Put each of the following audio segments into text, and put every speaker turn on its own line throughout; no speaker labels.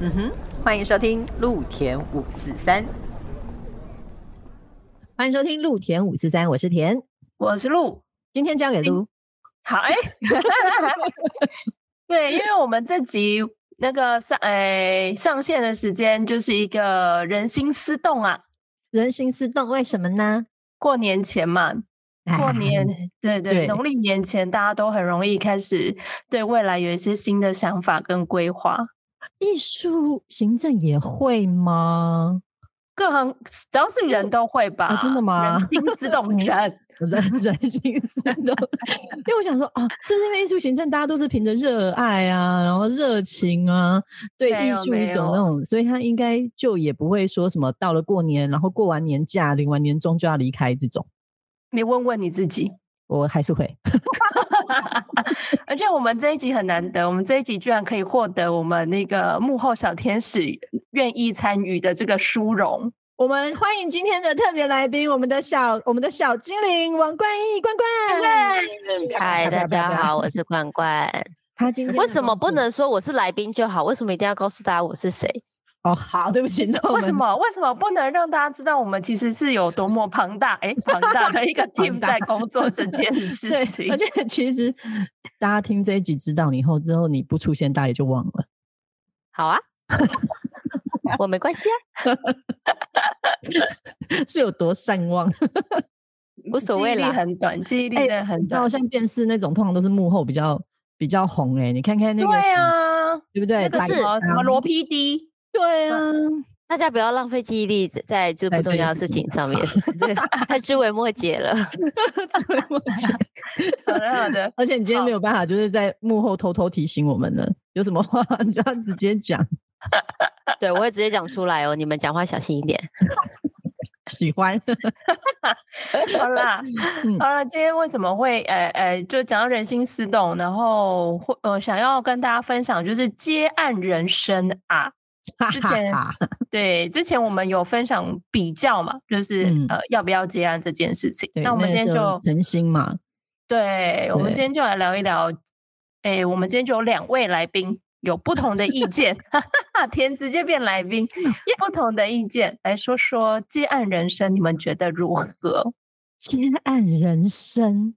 嗯哼，欢迎收听露田五四三，
欢迎收听陆田五四三，我是田，
我是鹿，
今天交给
今
陆，
好哎、对，因为我们这集那个上哎、上线的时间就是一个人心思动啊，
人心思动，为什么呢？
过年前嘛，过
哎
年对对，
对
农历年前大家都很容易开始对未来有一些新的想法跟规划，
艺术行政也会吗？
各行只要 是人都会吧，
哦真的吗
人心思动 人，
我在人心思动，因为我想说，哦，是不是因为艺术行政大家都是凭着热爱啊，然后热情啊，对
没
艺
有
术
没
一种那
有
种，所以他应该就也不会说什么到了过年，然后过完年假，领完年终就要离开这种，
你问问你自己。
我还是会。
而且我们这一集很难得，我们这一集居然可以获得我们那个幕后小天使愿意参与的这个殊荣。
我们欢迎今天的特别来宾，我们的小我们的小精灵王冠逸冠冠。
嗨，大家好，
我
我是冠冠。
他今天
为
的
什么
工作
不能说我是来宾就好？为什么一定要告诉大家我是谁？
哦，好，对不起，那我
为
们
什么？为什么不能让大家知道我们其实是有多么庞大？哎，庞大的一个
庞
team
大
在工作这件
对
事情
而。且其实大家听这一集知道你以后，之后你不出现，大家也就忘了。
好啊，我没 关系啊，
是有多善忘？
无所
记忆
谓
力
啦。
很短，记忆力
哎
真的很
然后
短。
像电视那种，通常都是幕后比较比较红哎、你看看那个，
对啊，
对不对？
那个
白
什
是
么什么
羊
罗 PD，
对啊，
大家不要浪费记忆力在在就
在
不
这
重
个
要的
事
事
情
情上面，对太枝微末节了。
追梦姐，
好的好的
而且你今天没有办法，就是在幕后偷偷提醒我们了。有什么话 你就要直接讲，
对，我会直接讲出来哦，你们讲话小心一点。
喜欢
好啦，
嗯
好啦，今天为什么会呃呃，就讲到人心思动，然后会呃想要跟大家分享就是接案人生啊。
哈
之
哈
前
哈。
对，之前我们有分享比较嘛，就是、
嗯
呃要不要接案这件事情。
对，
那我们
个
今天
时
就
候诚心嘛，
对，我们今
对
天就来聊一聊。哎，我们今天就有两位来宾有不同的意见， 哈哈哈，天直接变来宾，
嗯
不同的意见来说说接案人生，你们觉得如何？
接案人生，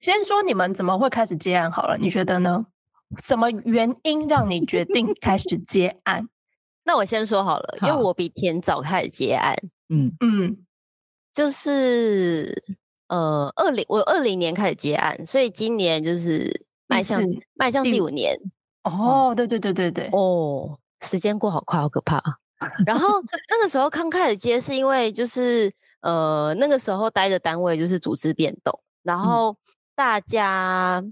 先说你们怎么会开始接案好了，你觉得呢？什么原因让你决 定开始接案？
那我先说好了，因为
好
我比田早开始结案，
嗯，
嗯，
就是呃二零我二零年开始结案，所以今年就是迈向
四
迈向
第
第
五
五年。
哦，对对对对对，
哦，时间过好快，好可怕啊。然后那个时候刚开始接，是因为就是呃那个时候待的单位就是组织变动，
嗯
然后大家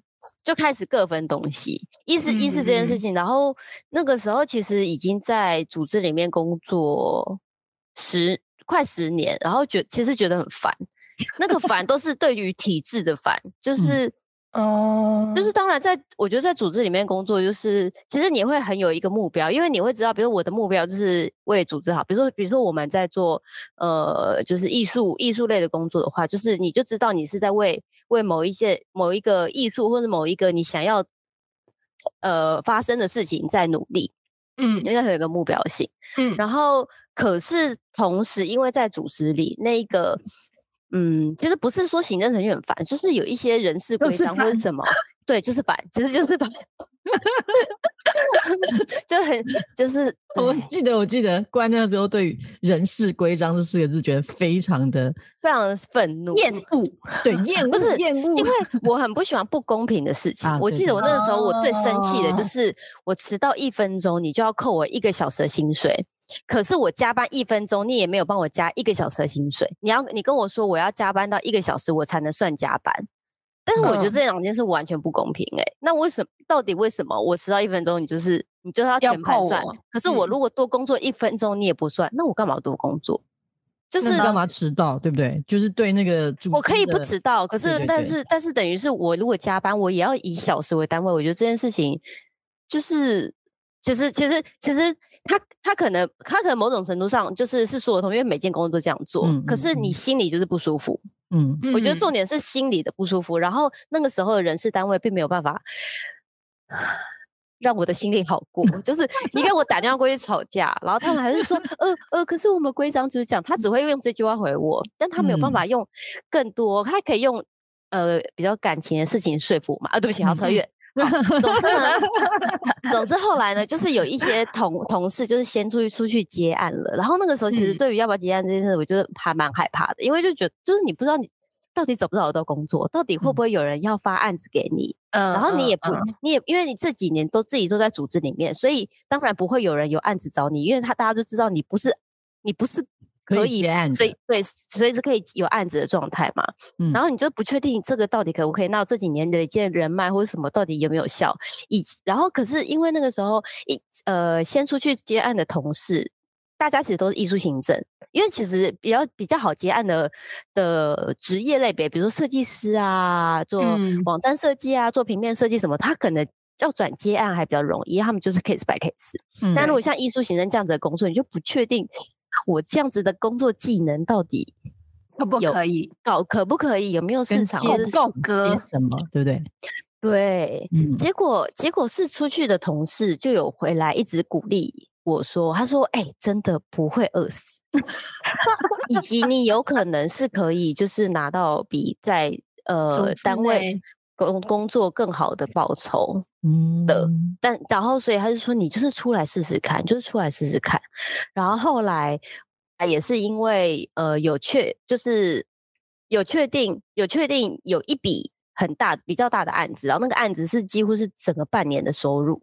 就开始各分东西，意思意思这
嗯
件
嗯
事
嗯
情。然后那个时候其实已经在组织里面工作十快十年，然后觉其实觉得很烦。那个烦都是对于体制的烦，就
嗯
是
哦，
就是当然在，我觉得在组织里面工作，就是其实你会很有一个目标，因为你会知道，比如我的目标就是为组织好。比如说，比如说我们在做呃，就是艺术艺术类的工作的话，就是你就知道你是在为为某一些某一个艺术或者某一个你想要呃发生的事情在努力，
嗯
因为它有一个目标性。
嗯，
然后可是同时，因为在组织里那一个。嗯，其实不是说行政程序很烦，就是有一些人事
就
规
是
章或
烦
者什么，对，就是烦，其实就是 烦， 就很 就是
我
对
记得我记得，关那时候对于“人事规章”这四个字，觉得非常的
非常愤怒，
厌恶，
对厌恶，
不是
厌恶，
因为我很不喜欢不公平的事情。
啊
我
对
记
对
得我那个时候我最生气的
哦
就是我迟到一分钟，你就要扣我一个小时的薪水。可是我加班一分钟，你也没有帮我加一个小时的薪水。你要你跟我说我要加班到一个小时，我才能算加班。但是我觉得
嗯
这两件事完全不公平哎、那为什么？到底为什么我迟到一分钟，你就是你就是要
要
全盘
扣
算
我？
可是我
嗯
如果多工作一分钟，你也不算，那我干嘛多工作？就
就是
是
干嘛迟到，对不对？就是对那个组
我可
织
以不
的
迟到，可
对
是
对
但
对
是但是等于是我如果加班，我也要以小时为单位。我觉得这件事情就是，其实其实其实他他可能他可能某种程度上就是是说得通，因为每件工作都这样做，
嗯
可
嗯
是你
嗯
心里就是不舒服。
嗯，
我觉得重
嗯
点是心理的不舒服，然后那个时候的人事单位并没有办法让我的心里好过。就是 即便我打电话过去吵架，然后他们还是说，呃呃，可是我们规章就是讲，他只会用这句话回我，但他没有办
嗯
法用更多，他可以用呃比较感情的事情说服我嘛。啊，对不起，好扯
嗯
远。好总之呢，总之后来呢，就是有一些同 同事就是先出去出去接案了，然后那个时候其实
嗯
对于要不要接案这件事，我就是还蛮害怕的，因为就觉得就是你不知道你到底找不找得到工作，到底会不会有人要发案子给你，
嗯，
然后你也
嗯
不，你也因为你这几年都自己都在组织里面，所以当然不会有人有案子找你，因为他大家都知道你不是你不是
可以
以
接案
所
子
以对，随时可以有案子的状态嘛。
嗯
然后你就不确定这个到底可不可以，那我这几年累积的人脉或者什么到底有没有效？以及然后可是因为那个时候一呃先出去接案的同事，大家其实都是艺术行政，因为其实比较比较好接案的的职业类别，比如说设计师啊，做
嗯
网站设计啊，做平面设计什么，他可能。要转接案还比较容易，因为他们就是 case by case。
嗯
但如果像艺术行政这样子的工作，你就不确定我这样子的工作技能到底
可不
有
可以？
搞可不可以，有没有市
跟
场，
接
或
够
者
不
是
够
接
格？
什么，对不对？
对。
嗯，
结果结果是出去的同事就有回来一直鼓励我说，他说：“哎、真的不会饿死，以及你有可能是可以就是拿到比在
组
呃
织
单位
内。”
工工作更好的报酬，
嗯
的但然后所以他就说你就是出来试试看，就是出来试试看。然后后来啊也是因为呃有确就是有确定有确定有一笔很大比较大的案子，然后那个案子是几乎是整个半年的收入，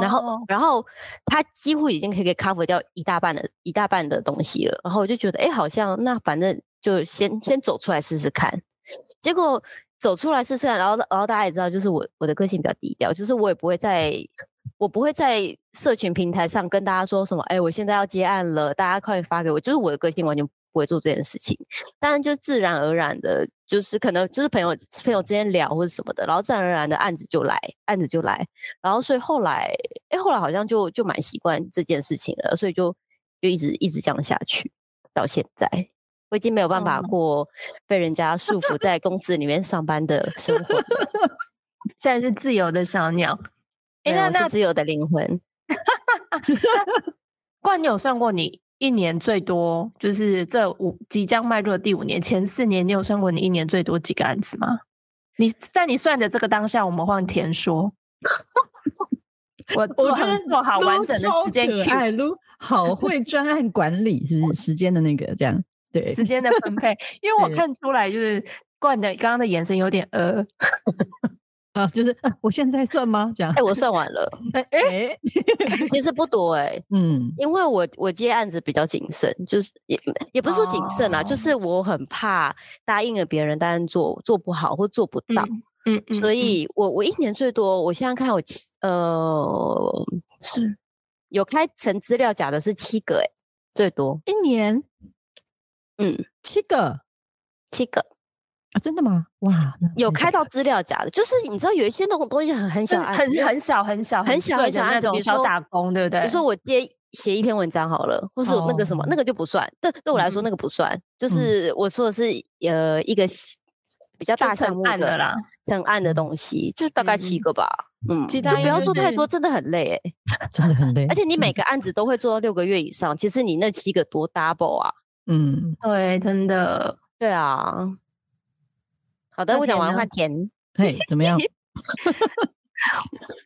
然后
哦
然后他几乎已经可以 cover 掉一大半的一大半的东西了。然后我就觉得哎好像那反正就先先走出来试试看，结果。走出来试试看，然后然后大家也知道，就是我我的个性比较低调，就是我也不会在我不会在社群平台上跟大家说什么，哎，我现在要接案了，大家快发给我。就是我的个性完全不会做这件事情，当然就自然而然的，就是可能就是朋友朋友之间聊或者什么的，然后自然而然的案子就来，案子就来，然后所以后来，哎，后来好像就就蛮习惯这件事情了，所以就就一直一直这样下去到现在。我已经没有办法
哦
过被人家束缚在公司里面上班的生 活了，
现在是自由的小鸟。哎，
没
那
有
那
是自由的灵魂。
冠，你有算过你一年最多，就是这五即将迈入的第五年，前四年你有算过你一年最多几个案子吗？你在你算的这个当下，我们换田说。 我
我
做
觉
好
得
做好完
Lu
整的
超
时间
可
Q
爱，Lu 好会专案管理，是不是时间的那个这样？对，
时间的分 配，因为我
对
看出来就是冠的刚刚的眼神有点呃，
啊，就是、啊、我现在算吗？这样
哎、，我算完了，
哎、哎
其实不多哎、
嗯，
因为我我接案子比较谨慎，就是也也不是说谨慎啊，就
哦
是我很怕答应了别人，但是做做不好或做不到，
嗯，嗯
所
嗯
以我我一年最多，我现在看我七呃是有开成资料夹的是七个哎、最多
一年
嗯
七个
七个
啊，真的吗？哇，那
有
那
开到资料夹的，就是你知道有一些那种东西很很
就
小
是
案子，
嗯很很小很小
很小
碎
很
的
小案
那
子比
种
如
小
说
打工，对不对？
比如说我接写一篇文章好了，或是我那个什么，
哦
那个就不算。对对我来说，
嗯
那个不算。就
嗯
是我说的是呃一个细比较
就
大项
成
目
案的
的
啦，
成案的东西，就大概七
嗯
个吧。嗯，
其
就
他应
不要
该
做太
是
多，真的很累哎。
真的很累，嗯
而且你
真
每
的
个案子都会做到六个月以上，其实你那七个多 double 啊？
嗯，
对，真的。
对啊。好
那
的，我讲
田
完
呢
换田。
嘿，怎么 样？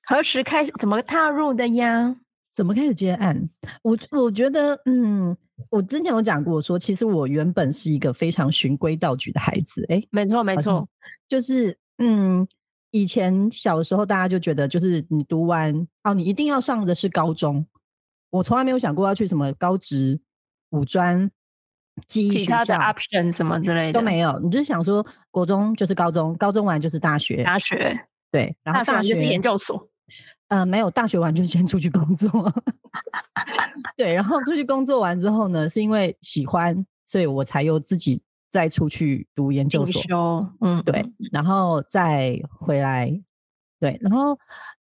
何时开始？怎么踏入的呀？
怎么开始接案？我我觉得，嗯，我之前有讲过说其实我原本是一个非常循规蹈矩的孩子，哎，
没错，没
好像
错，
就是嗯，以前小的时候大家就觉得，就是你读完哦，你一定要上的是高中，我从来没有想过要去什么高职、五专、技艺
其
学
他的
校
option 什么之类的
都没有，你就是想说国中就是高中，高中完就是大学，
大学，
对，然后
大
大
完
学
就是研究所，
呃，没有，大学完就先出去工作。 对，然后出去工作完之后呢，是因为喜欢，所以我才又自己再出去读研究
进
所，
修，嗯，
对，然后再回来，对，然后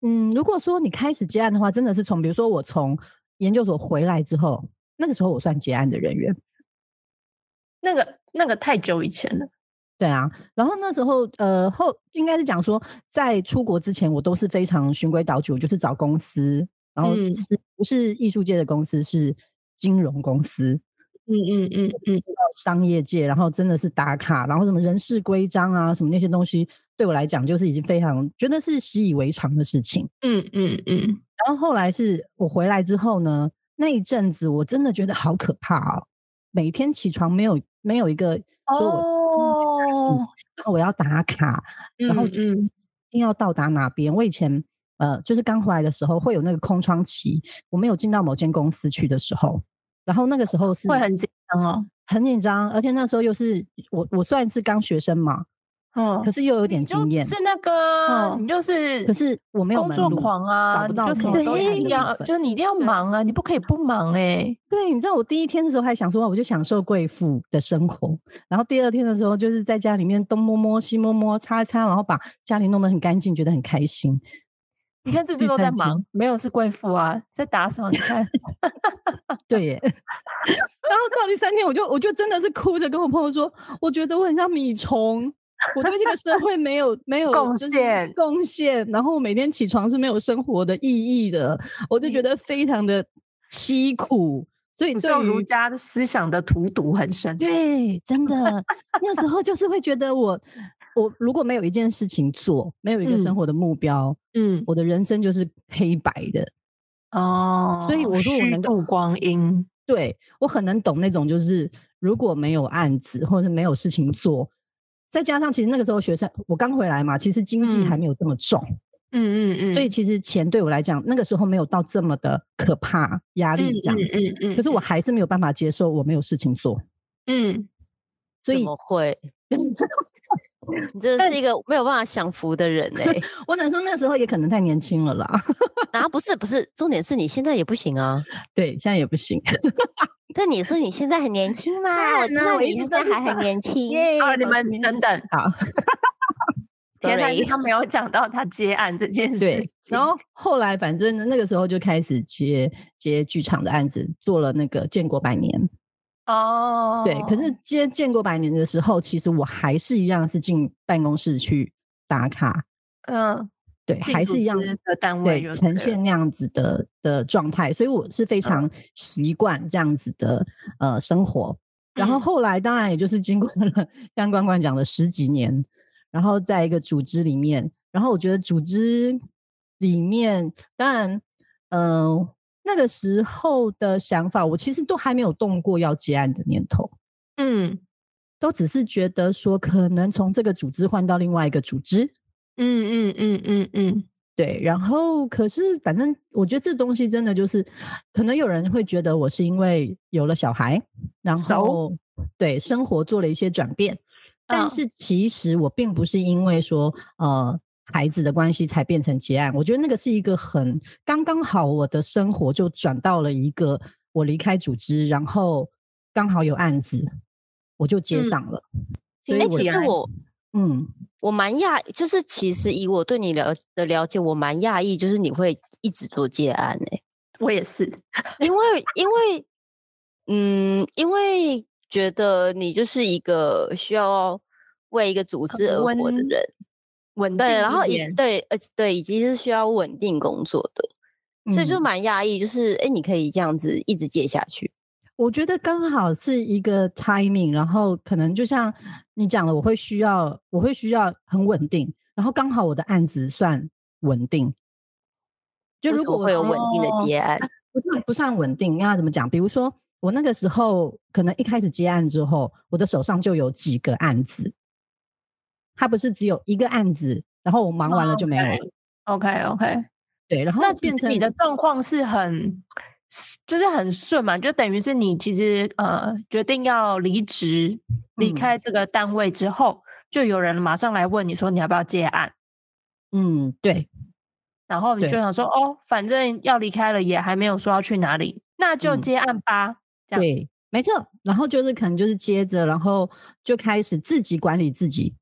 嗯，如果说你开始接案的话，真的是从比如说我从研究所回来之后，那个时候我算结案的人员，
那个那个太久以前了，
对啊，然后那时候呃后应该是讲说，在出国之前，我都是非常循规蹈矩，我就是找公司，然后
嗯
是、不是艺术界的公司，是金融公司，
嗯嗯嗯嗯，
商业界，然后真的是打卡，然后什么人事规章啊，什么那些东西，对我来讲就是已经非常觉得是习以为常的事情。
嗯嗯嗯，
然后后来是我回来之后呢，那一阵子我真的觉得好可怕哦，每天起床没有没有一个说我、
哦，
我要打卡，
嗯
然后
嗯
一定要到达哪边。我以前呃，就是刚回来的时候会有那个空窗期，我没有进到某间公司去的时候，然后那个时候是
会很紧张哦，
很紧张，而且那时候又是我我算是刚学生嘛，
嗯，
可是又有
有
点经验，
是那个，
嗯
你就是
可是我没有
工
门
作
路
狂啊，
找不
你
到
就什么
门
都
路
一定
的
要，
部分
就是你一定要忙啊，你不可以不忙 哎，
对，你知道我第一天的时候还想说，我就享受贵妇的生活，然后第二天的时候就是在家里面东摸摸西摸摸擦一擦，然后把家里弄得很干净，觉得很开心。
你看是不
第
是都在
三天
忙？没有是贵妇啊，在打扫，你看，
对耶， 然后到第三天，我就我就真的是哭着跟我朋友说，我觉得我很像米虫，我对这个社会没有没有
贡
就是
献
贡献，然后我每天起床是没有生活的意义的，我
嗯
就觉得非常的凄苦。所以
你
对
受儒
于
家的思想的荼毒很深。
对，真的，那时候就是会觉得我，我如果没有一件事情做，没有一个
嗯
生活的目标，
嗯，
我的人生就是黑白的。
哦，
所以我说我
虚
能够
度光阴，
对我很能懂那种，就是如果没有案子或者没有事情做，再加上其实那个时候学生我刚回来嘛，其实经济还
嗯
没有这么重，
嗯嗯嗯，
所以其实钱对我来讲那个时候没有到这么的可怕压
嗯
力这样
嗯
子。
嗯嗯，
可是我还是没有办法接受我没有事情做，
嗯，
所
怎
以
么会？你真的是一个没有办法享福的人哎、
我只能说那时候也可能太年轻了啦。
然后不是不是，重点是你现在也不行啊。
对，现在也不行。
但你说你现在很年轻嘛？我知
那
道
我
你
一直
现
都
在
是
还很年轻。
啊，你 们等等，
好，
天哪，
Sorry
他没有讲到他接案这件事
对
情，，
然后后来反正那个时候就开始接接剧场的案子，做了那个《建国百年》。
哦，
对，可是接《建国百年》的时候，其实我还是一样是进办公室去打卡，
嗯，
对，
进
还是
组
一样
织的单位
对
就对
呈
了嗯
现那样子的的状态，所以我是非常习惯这样子的呃生活。然后
嗯
后来当然也就是经过了像关关讲的十几年，然后在一个组织里面，然后我觉得组织里面当然呃那个时候的想法，我其实都还没有动过要结案的念头。
嗯
都只是觉得说，可能从这个组织换到另外一个组织，
嗯嗯嗯嗯嗯，
对，然后可是反正我觉得这东西真的就是，可能有人会觉得我是因为有了小孩，然
熟
后对生活做了一些转变，但
嗯
是其实我并不是因为说呃孩子的关系才变成结案，我觉得那个是一个很刚刚好，我的生活就转到了一个我离开组织，然后刚好有案子，我就接
嗯
上了，所以
哎、
听
我
其
起
实
来
我
嗯
我蛮讶，就是其实以我对你了的了解，我蛮讶异，就是你会一直做接案哎、
我也是，
因为因为嗯，因为觉得你就是一个需要为一个组织而活的
温
人，
稳
对，
定
然
一
后以
点
对呃对，以及是需要稳定工作的，所以就
嗯
蛮讶异，就是哎、诶你可以这样子一直接下去，
我觉得刚好是一个 timing，然后可能就像你讲的，我会需要，我会需要很稳定，然后刚好我的案子算稳定。就
为
如
什
果
么会有
今
稳定
哦
的接案，
不算不算稳定，要怎么讲？比如说我那个时候可能一开始接案之后，我的手上就有几个案子，它不是只有一个案子，然后我忙完了就没有了。
，OK OK，
对，然后
那其
变
实
成
你的状况是很，是就是很顺嘛，就等于是你其实呃决定要离职，离
嗯
开这个单位之后，就有人马上来问你说你要不要接案，
嗯，对
然后你就
对
想说哦，反正要离开了也还没有说要去哪里，那就
嗯
接案吧。这样
对，没错。然后就是可能就是接着，然后就开始自己管理自己。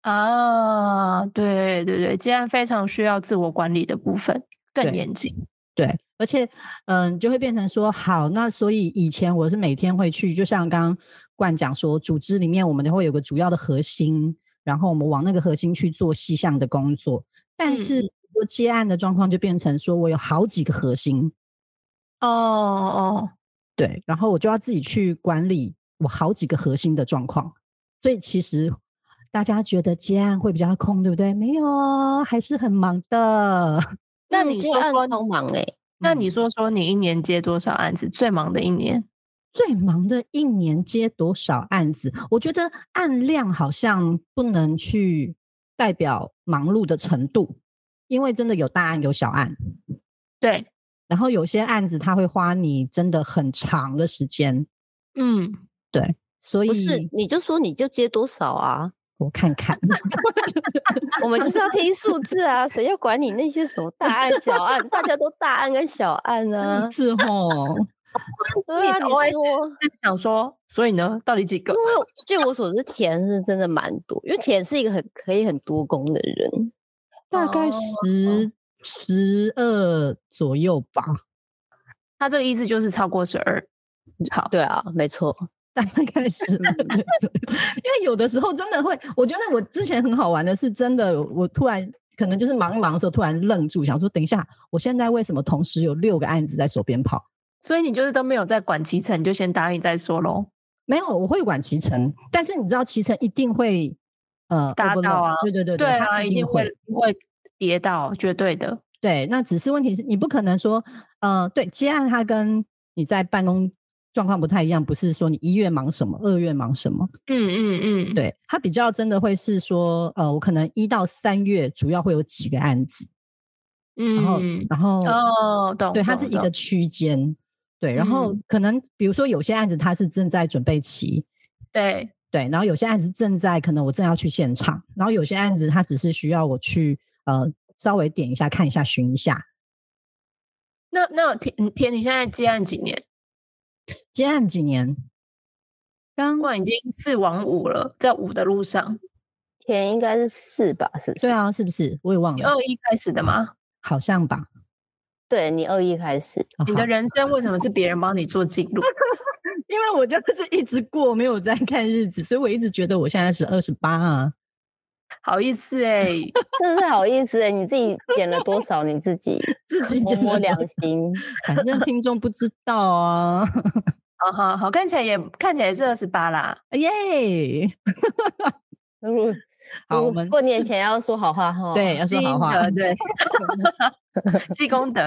啊，对对对，接案非常需要自我管理的部分，更
对
严谨。
对，呃而且嗯，就会变成说好，那所以以前我是每天会去，就像刚刚冠讲说，组织里面我们会有个主要的核心，然后我们往那个核心去做细项的工作。
嗯
但是我接案的状况就变成说我有好几个核心，
哦哦，
对，然后我就要自己去管理我好几个核心的状况。所以其实大家觉得接案会比较空，对不对？没有哦，还是很忙的。
那
嗯
你
接
说
案
说
超忙哎、欸，
那
嗯
你说说你一年接多少案子？最忙的一年？
最忙的一年接多少案子？我觉得案量好像不能去代表忙碌的程度，因为真的有大案有小案，
对，
然后有些案子它会花你真的很长的时间，
嗯，
所
不是
以
你就说你就接多少啊？
我看看，，
我们就是要听数字啊，谁要管你那些什么大案小案？大家都大案跟小案 啊
是哦，
对啊，
的
你
OS
说。
是想说，所以呢，到底几个
因？为据我所知，田是真的蛮多，因为田是一个很可以很多功的人。
大概
哦
十十二左右吧，
他这个意思就是超过十二。好，
对啊，没错。
大概是 那种，因为有的时候真的会，我觉得我之前很好玩的是，真的我突然可能就是忙一忙的时候，突然愣住，想说等一下，我现在为什么同时有六个案子在手边跑？
所以你就是都没有在管骑乘，你就先答应再说喽。
没有，我会管骑乘，但是你知道骑乘一定会呃
达
overload，
到啊
对对对
对
它
啊，一
一定
定会会跌倒，绝对的。
对，那只是问题是你不可能说，呃，对，接案它跟你在办公状况不太一样，不是说你一月忙什么，二月忙什么，
嗯嗯嗯，
对，它比较真的会是说，呃，我可能一到三月主要会有几个案子，然后、
嗯，
然后、
哦，懂，
对，它
懂
是一个
懂
区间，对，然后
嗯
可能比如说有些案子它是正在准备期，
对，
对，然后有些案子正在可能我正要去现场，然后有些案子它只是需要我去呃稍微点一下看一下寻一下。
那那田田，你现在接案几年？
接案几年？刚
不然已经四往五了，在五的路上。
田应该是四吧？是不是？
对，啊，是不是？我也忘
你
了，
二一开始的吗？
好像吧。
对你二一开始，
哦
你的
好
人生为什么是别人帮你做记录？
因为我就是一直过，没有在看日子，所以我一直觉得我现在是二十八啊。
好意思哎、
真是好意思哎、你自己减了多少？你自己
自己
摸
觉
摸
得
良心。
反正听众不知道啊，
好好好，看起来也看起来是二十八啦。
耶！
如
好，我
如
们
过年前要说好话哈。
对要说好
积
话
德， 对，积功德。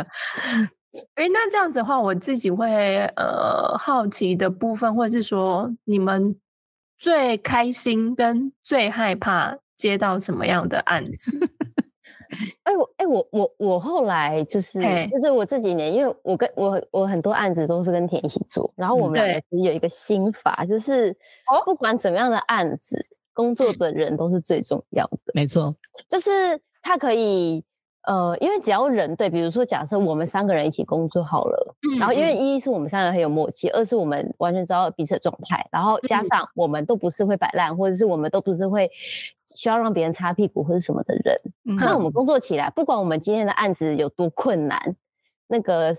哎，那这样子的话，我自己会呃好奇的部分，或是说你们最开心跟最害怕接到什么样的案子？
哎、我哎、我我我后来就是
嘿
就是我这几年，因为我跟我我很多案子都是跟田一起做，然后我
嗯
们两个其实有一个心法，就是
哦
不管怎么样的案子，工作
嗯
的人都是最重要的，
没错，
就是他可以。呃，因为只要人对，比如说假设我们三个人一起工作好了，然后
嗯
因为一是我们三个很有默契，二是我们完全知道彼此的状态，然后加
嗯
上我们都不是会摆烂，或者是我们都不是会需要让别人擦屁股或者什么的人，
嗯
嗯
那我们工作起来，不管我们今天的案子有多困难，那个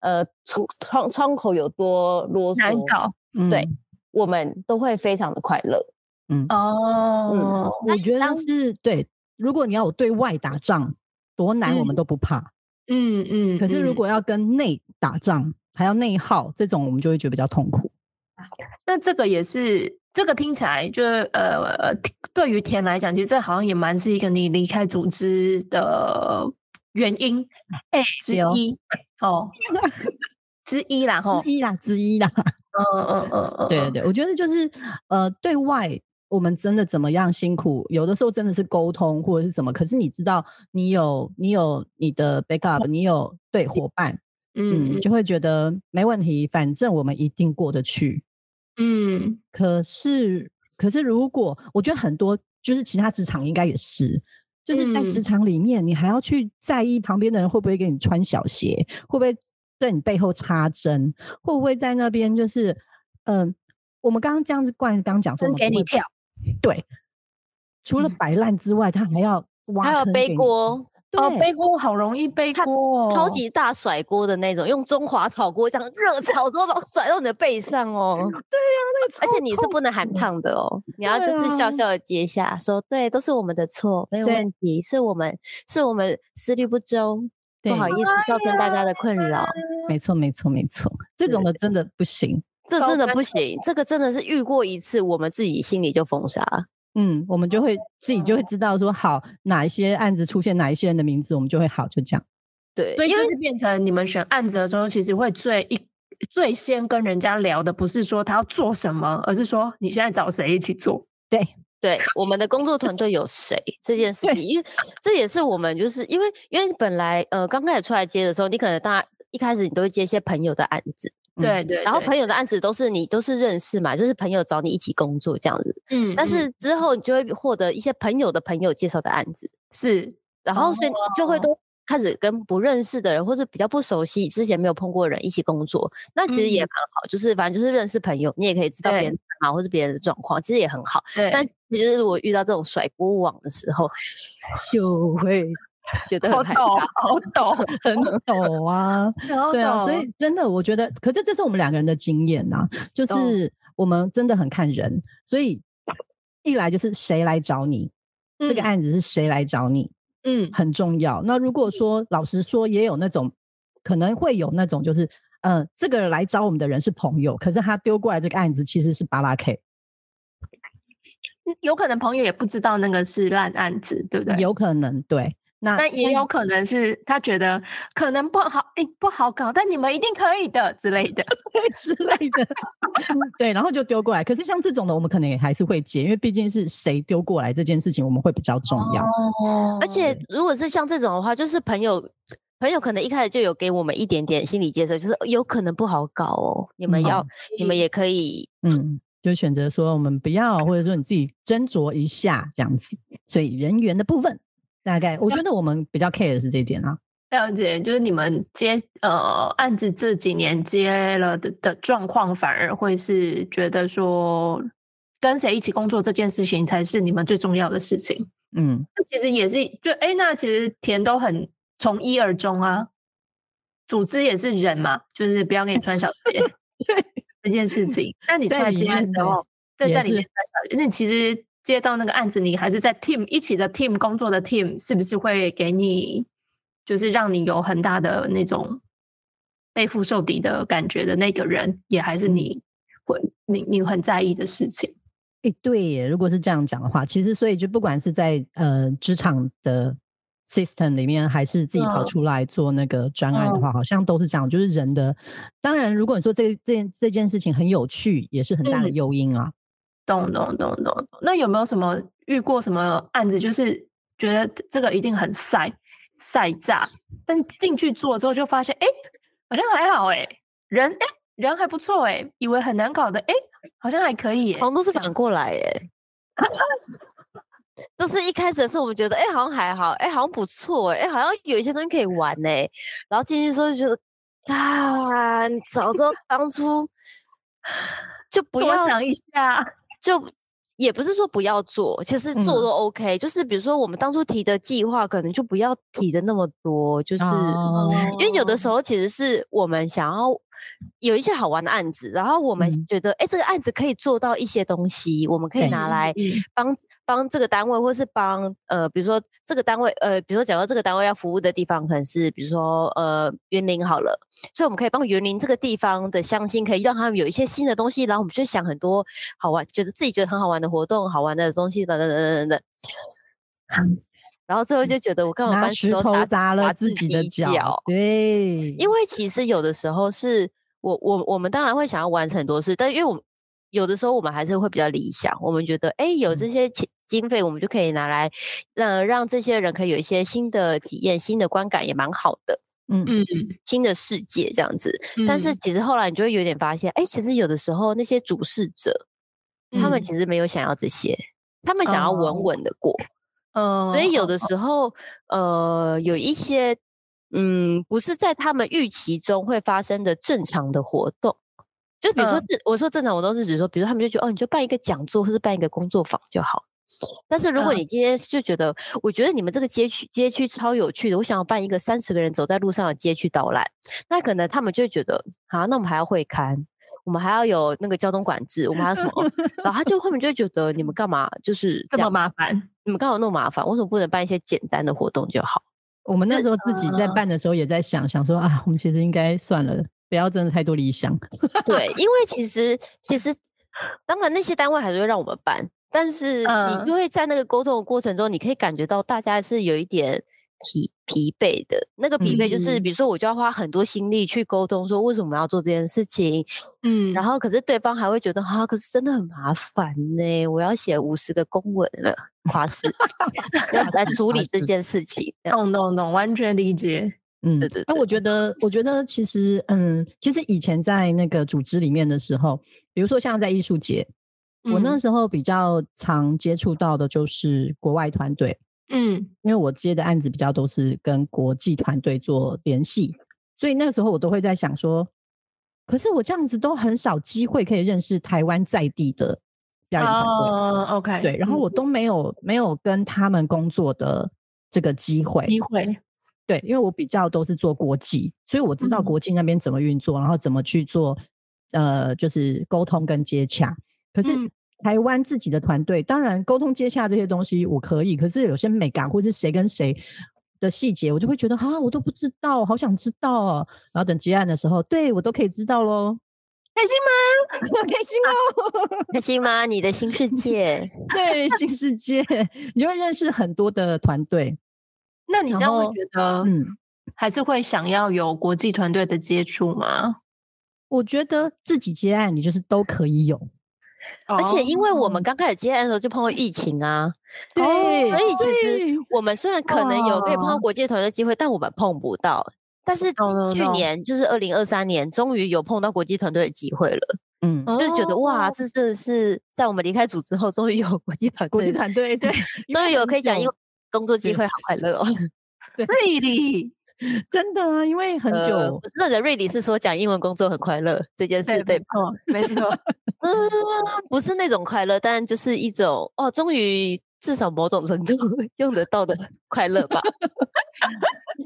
呃窗窗窗口有多啰
难
嗦，
搞
嗯
对，我们都会非常的快乐。
嗯
哦，
我
但
觉得
当
是对。如果你要我对外打仗，多难我们
嗯
都不怕。
嗯嗯。
可是如
嗯
果要跟内打仗，还要内耗，这种我们就会觉得比较痛苦。
那这个也是，这个听起来就是呃呃，听对于田来讲，其实这好像也蛮是一个你离开组织的原因
哎
之
对哦
一 哦，之一啦吼
哦
之，一啦，之一啦。
嗯嗯嗯 嗯，
对对对，我觉得就是呃，对外我们真的怎么样辛苦，有的时候真的是沟通或者是怎么，可是你知道，你有你有你的
哦
backup，你有对伙伴，
嗯
嗯，就会觉得没问题，反正我们一定过得去。
嗯
可是可是如果我觉得很多就是其他职场应该也是。就是在职
嗯
场里面，你还要去在意旁边的人会不会给你穿小鞋，会不会在你背后插针，会不会在那边就是，嗯、我们刚刚这样子冠刚讲说，
真给你跳，
对，除了
嗯
摆烂之外，他还要挖
还有
坑给
背
你，
锅，
哦，
对
背锅好容易背
他
锅哦，
超级大甩锅的那种，用中华炒锅这样 热炒之后，然后甩到你的背上哦。而且你是不能喊烫的哦，你要就
对
是
啊
笑笑的接下，说对，都是我们的错，没有
对
问题，是我们是我们思虑不周，
对哎
不好意思造成大家的困扰，
没错，没错，没错，这种的真的不行。
这
高
真的
端
不行，这个真的是遇过一次，我们自己心里就封杀。
嗯，我们就会自己就会知道说，好哪一些案子出现哪一些人的名字，我们就会好就这样。
对，
哦所以
因
就
为
是变成你们选案子的时候，其实会最一最先跟人家聊的，不是说他要做什么，而是说你现在找谁一起做。
对我们的工作团队有谁这件事情，因为这也是我们就是因为因为本来呃刚开始出来接的时候，你可能大家一开始你都会接一些朋友的案子，
嗯
对对
然后
对
朋友的案子都是你都是认识嘛，就是朋友找你一起工作这样子。
嗯，
但
嗯
是之后你就会获得一些朋友的朋友介绍的案子，
是
然后所以就
哦
会都开始跟不认识的人或是比较不熟悉、之前没有碰过的人一起工作。那其实
嗯
也蛮好，就是反正就是认识朋友，你也可以知道别
对
人干嘛或是别人的状况，其实也很好。
对，
但就是我遇到这种甩锅网的时候，就会觉得
好哦
很害
懂
怕。，
好懂，
很抖啊，
好
对啊，所
懂
以真的，我觉得，可是这是我们两个人的经验呐、就
懂
是我们真的很看人，所以一来就是谁来找你，这个
嗯
案子是谁来找你
嗯
很重要。那如果说老实说，也有那种可能会有那种就是，呃，这个来找我们的人是朋友，可是他丢过来这个案子其实是巴拉 K，
有可能朋友也不知道那个是烂案子，对不对？
有可能对。那
但也有可能是他觉得可能不好，哎、不好搞，但你们一定可以的之 类的。
之类的，对，然后就丢过来。可是像这种的，我们可能也还是会接，因为毕竟是谁丢过来这件事情，我们会比较重要。
哦
而且如果是像这种的话，就是朋友。朋友可能一开始就有给我们一点点心理建设，就是有可能不好搞哦，你
嗯
们要、你
嗯
们也可以
嗯，就选择说我们不要，或者说你自己斟酌一下这样子。所以人员的部分，大概我觉得我们比较 care 的是这一点啊。
了解，就是你们接呃案子这几年接了的的状况，反而会是觉得说跟谁一起工作这件事情才是你们最重要的事情。
嗯，
那其实也是就哎、那其实田都很从一而终啊，组织也是人嘛，就是不要给你穿小 鞋这件事情。那你出
在
来
里
接案
面
之
的
后，对，
也
在里面
是
穿小鞋，那其实接到那个案子，你还是在 team 一起的 team 工作的 team，是不是会给你就是让你有很大的那种背负受敌的感觉的那个人，也还
嗯
是你会你你很在意的事情。
诶，对耶，如果是这样讲的话，其实所以就不管是在呃职场的 system 里面，还是自己跑
嗯
出来做那个专案的话，好像都是这样，就是人的。当然，如果你说这这件这件事情很有趣，也是很大的
嗯
诱因啊。
懂
嗯
懂懂懂懂。那有没有什么遇过什么案子，就是觉得这个一定很晒晒炸，但进去做之后就发现，哎、好像还好哎、人哎、人还不错哎、以为很难搞的，哎、好像还可以、欸。
好像都是
这样
反过来耶。 就是一开始的时候，我们觉得哎、好像还好，哎、好像不错，哎、好像有一些东西可以玩呢、然后进去之后就觉得，啊，早知道当初就不
多
要，
想一下，
就也不是说不要做，其实做
嗯
都 OK、就是比如说我们当初提的计划，可能就不要提的那么多，就是、嗯
哦
因为有的时
候
候其实是我们想要有一些好玩的案子，然后我们
嗯
觉得，哎、这个案子可以做到一些东西，我们可以
对
拿来帮帮这个单位，或是帮呃，比如说这个单位，呃，比如说讲到这个单位要服务的地方，可能是比如说呃园林好了，所以我们可以帮园林这个地方的乡亲，可以让他们有一些新的东西，然后我们就想很多好玩，觉得自己觉得很好玩的活动、好玩的东西等等等等等等。
嗯
然后最后就觉得我干
嗯
嘛
拿
搬
石
头
头
打
砸了
打
自己的
一
脚，对，
因为其实有的时候是我我我们当然会想要完成很多事，但因为我们有的时候我们还是会比较理想，我们觉得哎有
嗯
这些钱经费，我们就可以拿来让让这些人可以有一些新的体验、新的观感，也蛮好的，
嗯，
嗯，
新的世界这样子。
嗯
但是其实后来你就会有点发现，哎，其实有的时候那些主事者他们
嗯
其实没有想要这些，他们想
哦
要稳稳的过。
嗯
所以有的时候，呃，有一些嗯，不是在他们预期中会发生的正常的活动，就比如说
嗯
是、我说正常活动是指说，比如他们就觉得哦，你就办一个讲座或是办一个工作坊就好，但是如果
嗯
你今天就觉得，我觉得你们这个街区街区超有趣的，我想要办一个三十个人走在路上的街区导览，那可能他们就会觉得，啊，那我们还要会刊，我们还要有那个交通管制，我们还 要什么，然后他就他们就会觉得你们干嘛就是
这么
样，
麻烦，
你们干嘛那么麻烦？为什么不能办一些简单的活动就 好？
我们那时候自己在办的时候也在想，想说啊，我们其实应该算了，不要真的太多理想。
对，因为其实其实，当然那些单位还是会让我们办，但是
嗯
你就会在那个沟通的过程中，你可以感觉到大家是有一点疲疲惫的。那个疲惫就是，
嗯
比如说我就要花很多心力去沟通，说为什么要做这件事情，
嗯
然后可是对方还会觉得啊，可是真的很麻烦呢、我要写五十个公文了，花式 要来 处理这件事情。这样
懂懂懂，完全理解，
嗯，
对对
那
对
我觉得，我觉得其实，嗯，其实以前在那个组织里面的时候，比如说像在艺术节，我那
嗯
时候比较常接触到的就是国外团队，
嗯
因为我接的案子比较都是跟国际团队做联系，所以那时候我都会在想说，可是我这样子都很少机会可以认识台湾在地的表演团队，
哦，OK，
对，然后
嗯
我都没有没有跟他们工作的这个机会，
机会，
对，因为我比较都是做国际，所以我知道
嗯
国际那边怎么运作，然后怎么去做，呃，就是沟通跟接洽。可是
嗯
台湾自己的团队，当然沟通接洽这些东西我可以，可是有些美感或是谁跟谁的细节，我就会觉得啊，我都不知道，好想知道哦。然后等结案的时候，对我都可以知道喽，
开心 吗？
开心哦喽。
开心吗？你的新世界，
对，新世界，你就会认识很多的团队。
那你这
然
样会
后
觉得
嗯，
还是会想要有国际团队的接触吗？
我觉得自己接案，你就是都可以有。
而且因为我
哦
们刚开始接案的时候就碰到疫情啊，
对，
所以其实
哦对
我们虽然可能有可以碰
哦
到
哇
国际团队的机会，但我们碰不到。但是
懂懂
去
懂
年就是二零二三年，终于有碰到国际团队的机会了，
嗯，
就是觉得哇，
哦
这真的是在我们离开组之后，终于有国际团
国
队
际
了，
团队对，因
终
为
于有
很
可以讲英
久
文工作机
对
会，好快乐哦！
，really，
真的啊，因为很
呃
久
我，知道你的瑞典是说讲英文工作很快乐这件事，对
没，错，没错，
嗯，不是那种快乐，但就是一种哦，终于至少某种程度 用得到的快乐吧。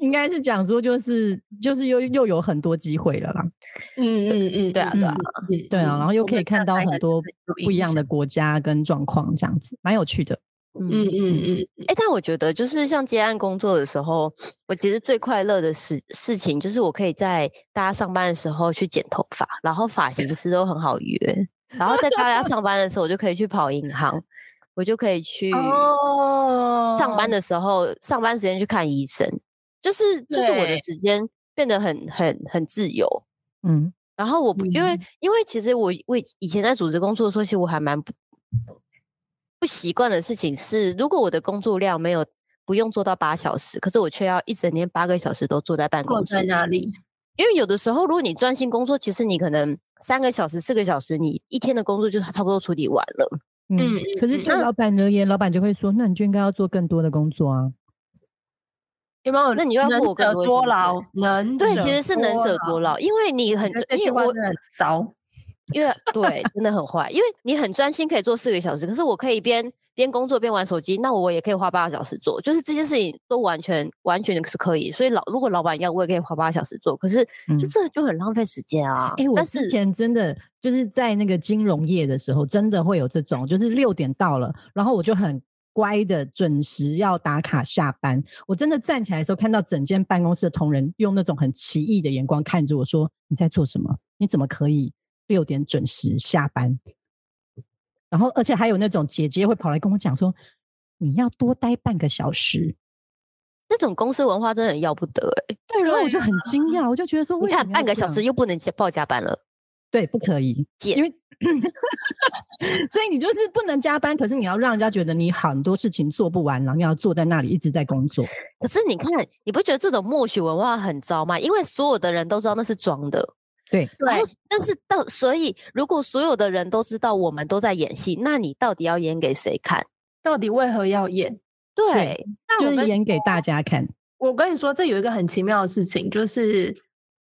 应该是讲说就是就是又又有很多机会了啦，
嗯嗯嗯，
对啊对啊
嗯，嗯
对啊，然后又
我
可以
们
看
大
到
概
很
是
多
有
不一
影
样的
响，
国家跟状况，这样子蛮有趣的。
嗯嗯嗯，
哎、但我觉得就是像接案工作的时候，我其实最快乐的事事情就是我可以在大家上班的时候去剪头发，然后发型师都很好约，然后在大家上班的时候，我就可以去跑银行，我就可以去
哦，
上班的时候，上班时间去看医生，就是就是我的
对
时间变得很很很自由。
嗯，
然后我不因为因为其实我我以前在组织工作的时候，其实我还蛮不不习惯的事情是，如果我的工作量没有不用做到八小时，可是我却要一整天八个小时都坐在办
过
公室
在，哪里？
因为有的时候如果你专心工作，其实你可能三个小时、四个小时，你一天的工作就差不多处理完了。
嗯
嗯，
可是
嗯
对老板而言，老板就会说，那你就应该要做更多的工作啊。
有没有？
那你就要付
能
我更
者
多的
多
钱
劳，能
对，
者
其实是能者多劳，因为你很
我觉得这
因
句
为
话
我
真的很糟，
因为对，真的很坏，因为你很专心可以做四个小时，可是我可以边边工作边玩手机，那我也可以花八个小时做，就是这件事情都完全完全是可以。所以老如果老板要，我也可以花八个小时做，可是就
嗯
真的就很浪费时间啊。
哎、我
但
之
是
前真的就是在那个金融业的时候，真的会有这种，就是六点到了，然后我就很乖的准时要打卡下班。我真的站起来的时候，看到整间办公室的同仁用那种很奇异的眼光看着我说：“你在做什么？你怎么可以六点准时下班？”然后，而且还有那种姐姐会跑来跟我讲说：“你要多待半个小时。
这种公司文化真的很要不得哎、”
对，然后我
对
就很惊讶，我就觉得说：“
你
为什
看
么
半
要
个
这
小
样
时又不能加报加班了，
对，不可以，
贱
因 为 所以你就是不能加班，可是你要让人家觉得你很多事情做不完，然后你要坐在那里一直在工作。
可是你看，你不觉得这种默许文化很糟吗？因为所有的人都知道那是装的，
对，
然后，但是到所以，如果所有的人都知道我们都在演戏，那你到底要演给谁看？
到底为何要演？
对，
那
就
我
是
跟
演给大家看。
我跟你说，这有一个很奇妙的事情，就是，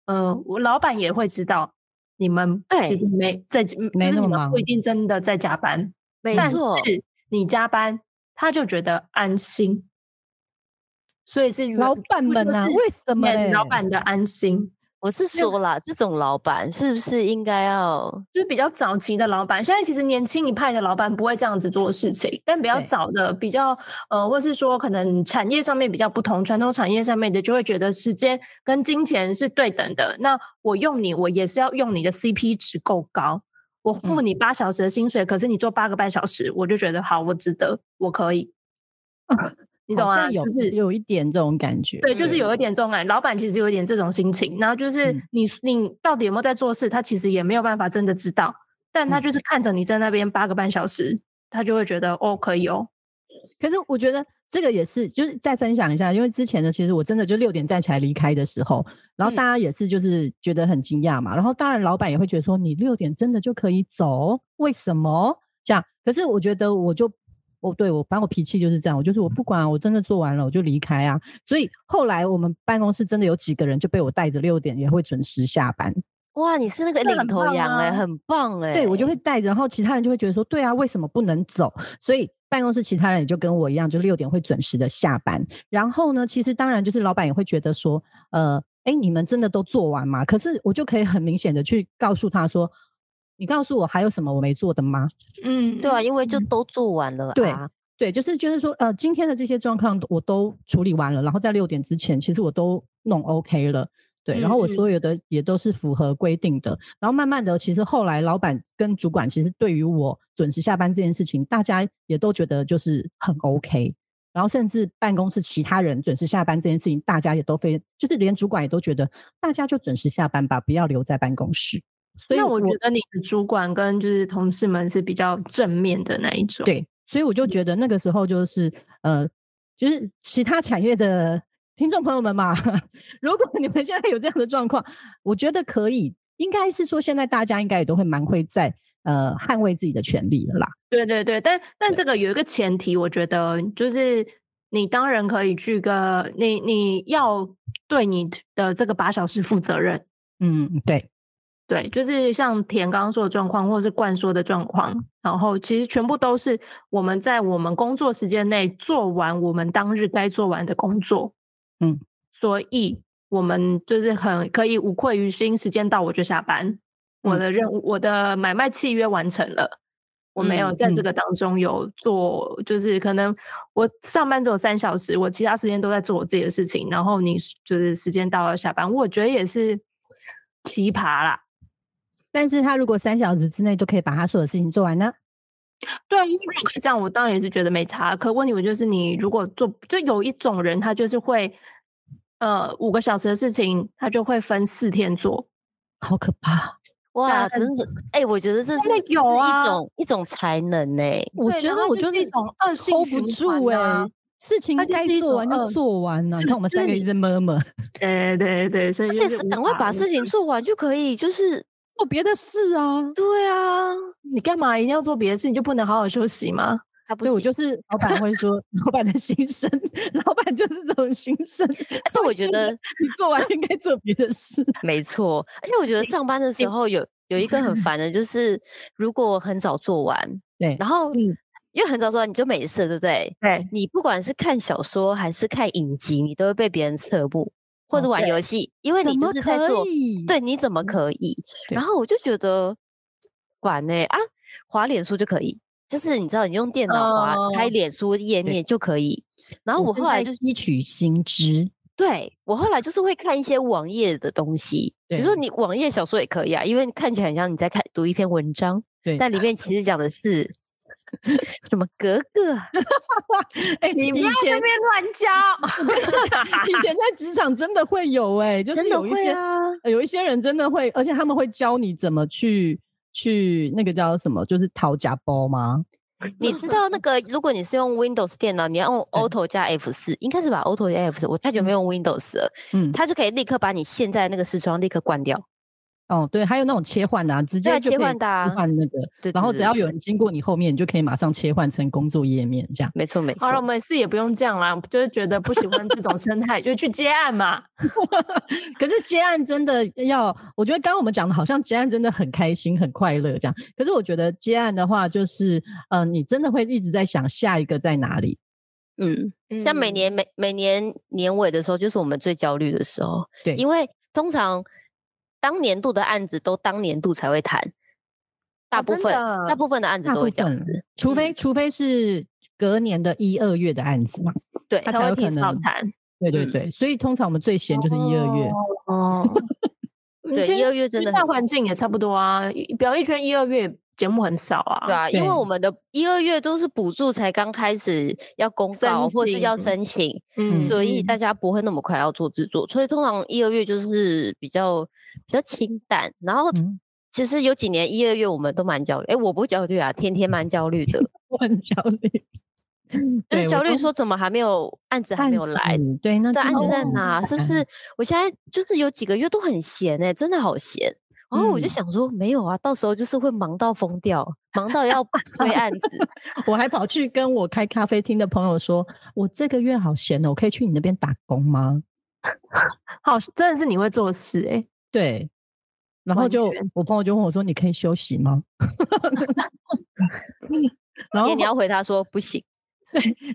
嗯、我老板也会知道你们
对
其实没在，嗯
没那
就是你
么
们
忙
不一定真的在加班，
没
但
错，
是你加班他就觉得安心。所以是原
老
几
板
乎
们
就
啊，
是
为什么
演
嘞？
老板的安心，
我是说啦，这种老板是不是应该要
就是比较早期的老板。现在其实年轻一派的老板不会这样子做事情，但比较
对
早的、比较呃，或是说可能产业上面比较不同，传统产业上面的就会觉得时间跟金钱是对等的。那我用你，我也是要用你的 CP 值够高。我
嗯
付你八小时的薪水，可是你做八个半小时，我就觉得好，我值得，我 可以。你懂
好
啊？
像有
就是
有一点这种感觉，
对，就是
嗯
有一点这种感觉。老板其实有一点这种心情，然后就是
嗯
你、你到底有没有在做事，他其实也没有办法真的知道，但他
嗯
就是看着你在那边八个半小时，他就会觉得哦可以哦，
可是我觉得这个也是，就是再分享一下，因为之前的其实我真的就六点站起来离开的时候，然后
嗯
大家也是就是觉得很惊讶嘛，然后当然老板也会觉得说你六点真的就可以走，为什么这样？可是我觉得我就。哦，对我，反正我脾气就是这样，我就是我不管啊、我真的做完了我就离开啊。所以后来我们办公室真的有几个人就被我带着六点也会准时下班，
哇？你是那个
这
领
很
头
棒
羊哎、
啊
很棒哎、
对我就会带着，然后其他人就会觉得说，对啊，为什么不能走？所以办公室其他人也就跟我一样，就六点会准时的下班。然后呢，其实当然就是老板也会觉得说，呃，哎，你们真的都做完吗？可是我就可以很明显的去告诉他说，你告诉我还有什么我没做的吗？
嗯，
对啊，因为就
嗯
都做完了、啊，
对对，就是就是说，呃，今天的这些状况我都处理完了，然后在六点之前，其实我都弄 OK 了。对，然后我
嗯嗯
所有的也都是符合规定的。然后慢慢的，其实后来老板跟主管其实对于我准时下班这件事情，大家也都觉得就是很 OK。然后甚至办公室其他人准时下班这件事情，大
嗯
家也都非就是连主管也都觉得大家就准时下班吧，不要留在办公室。所以
那我觉得你的主管跟就是同事们是比较正面的那一种，，
对，所以我就
嗯
觉得那个时候就是呃，就是其他产业的听众朋友们嘛， 如果你们现在有这样的状况，我觉得可以，应该是说现在大家应该也都会蛮会在呃捍卫自己的权利的啦。
对对对，但但这个有一个前提，我觉得就是你当然可以去个你你要对你的这个八小时负责任，
嗯，对，
对，就是像田刚刚说的状况，或是冠说的状况，然后其实全部都是我们在我们工作时间内做完我们当日该做完的工作，
嗯，
所以我们就是很可以无愧于心，时间到我就下班，我
嗯
的任务，我的买卖契约完成了。我没有
嗯
在这
嗯
个当中有做，就是可能我上班只有三小时，我其他时间都在做我自己的事情。然后你就是时间到了下班，我觉得也是奇葩啦。
但是他如果三小时之内都可以把他所有事情做完呢？
对啊，因为如果可以这样，我当然也是觉得没差。可问题我就是，你如果做，就有一种人，他就是会，呃，五个小时的事情，他就会分四天做。
好可怕！
哇，
但
真的哎、我觉得这是
真的
这是
有啊
一种一种才能哎、
我
对
觉
然
得
后
我
就是是一种恶性
hold 不
循
住
环
哎、
啊
事情
它就
该
是一
做
种
完就
恶
做完了、
就
你看我们
是
三个
你
一直摸摸，
对对对，所以
而
就
且
是
是
无
赶快
法
把
无
事情
法，
做完就可以，就是
做别的事啊。
对啊，
你干嘛一定要做别的事？你就不能好好休息吗？
还不
所以
行。
我就是老板会说 老板的心声， 老板就是这种心声。
而且我觉得
你做完应该做别的事，
没错，而且我觉得上班的时候有有一个很烦的，就是如果很早做完，
对
然后
嗯
因为很早做完你就没事，对不对？
对，
你不管是看小说还是看影集，你都会被别人侧目，或
哦
者玩游戏，因为你就是在做，对，你怎么可以？
嗯对
然后我就觉得管呢、啊，滑脸书就可以，就是你知道，你用电脑滑、开
哦
脸书页
对
面就可以。然后我后来就
吸取新知，
对我后来就是会看一些网页的东西，比如说
对
你网页小说也可以啊，因为你看起来很像你在看读一篇文章，
对
但里面其实讲 的是什么格格啊，
哎、
你
以
不要在那
前
边乱 教。
以前在职场真的会有哎、就是
真的
有一
会
些、
啊，
呃有一些人真的会，而且他们会教你怎么去去那个叫什么，就是讨假包吗？
你知道那个，如果你是用 Windows 电脑，你要用
嗯
Auto 加 F 四，应该是吧？Auto 加 F 四，我太久没用 Windows 了，
嗯，
它就可以立刻把你现在那个视窗立刻关掉。
哦，对，还有那种切换的、啊，直
对啊
接就
切
可以
换的啊
切换那个，
对
然后
对
只
对
要有人经过你后面，你就可以马上切换成工作页面这样。
没错没错
好。了，我们是也不用这样啦，就是觉得不喜欢这种生态，就去接案嘛。
可是接案真的要，我觉得刚刚我们讲的好像接案真的很开心、很快乐这样。可是我觉得接案的话，就是嗯、呃你真的会一直在想下一个在哪里。
嗯，像每
嗯
年每每年年尾的时候，就是我们最焦虑的时候，
对
因为通常当年度的案子都当年度才会谈，大
哦
部
真
分、
的
大部分的案子
大
都
部
会这样
分
子，
除非、除非是隔年的一二月的案子嘛。
对，
他
才
才
会
有
提
可
早
能
谈。
对对
嗯
对，所以通常我们最闲就是一二月。
哦， 嗯
对
其实
一二月
其
真
实
的
大
很
环境也差不多啊，一表演圈一二月节目很少啊。
对啊，因为
对
我们的一二月都是补助才刚开始要公
申
告或是要
请
申请，
嗯，
所以大
嗯
家不会那么快要做制作，所以通常一二月就是比较比较清淡，然后。
嗯
其实有几年一二月我们都蛮焦虑，哎，我不焦虑啊，天天蛮焦虑的，
我很焦 虑，
就
对
是
我
焦虑
都
说怎么还没有案子还没有来，
案子对，那
对，
真
案
的
子
是
在
很
哪？是不
烦
是？我现在就是有几个月都很闲哎、真的好闲。然后我就
嗯
想说，没有啊，到时候就是会忙到疯掉，忙到要推案子。
我还跑去跟我开咖啡厅的朋友说，我这个月好闲哦，我可以去你那边打工吗？
好，真的是你会做事哎、
对，然后
完
就
全
我朋友就问我说，你可以休息吗？ 然后
你要回他说不行，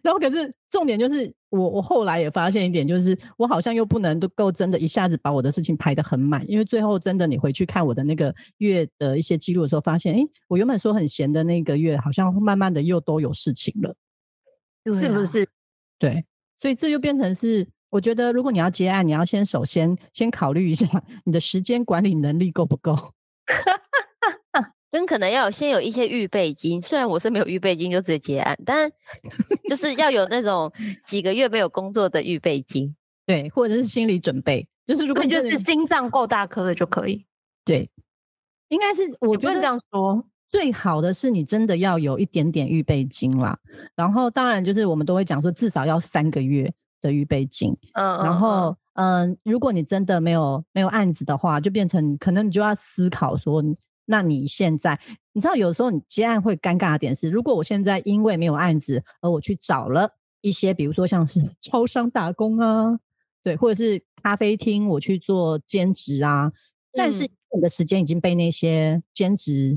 然后可是重点就是我我后来也发现一点，就是我好像又不能够真的一下子把我的事情排得很满，因为最后真的你回去看我的那个月的一些记录的时候，发现哎，诶我原本说很闲的那个月，好像慢慢的又都有事情了。
是
啊
不是？
对，所以这就变成是，我觉得如果你要接案，你要先首先先考虑一下 你的时间管理能力够不够。
跟可能要有先有一些预备金。虽然我是没有预备金就直接结案，但就是要有那种几个月没有工作的预备金。
对，或者是心理准备，就是如果
对，
你
就
真
是
的
心脏够大颗的就可以。
对，应该是我
也不
觉
能
得
这样说，
最好的是你真的要有一点点预备金啦。然后当然就是我们都会讲说，至少要三个月的预备金。
嗯，
然
嗯
后，嗯、如果你真的没有没有案子的话，就变成可能你就要思考说，那你现在，你知道有时候你接案会尴尬的点是，如果我现在因为没有案子，而我去找了一些，比如说像是 超商打工啊，对，或者是咖啡厅我去做兼职啊，但是
嗯
你的时间已经被那些兼职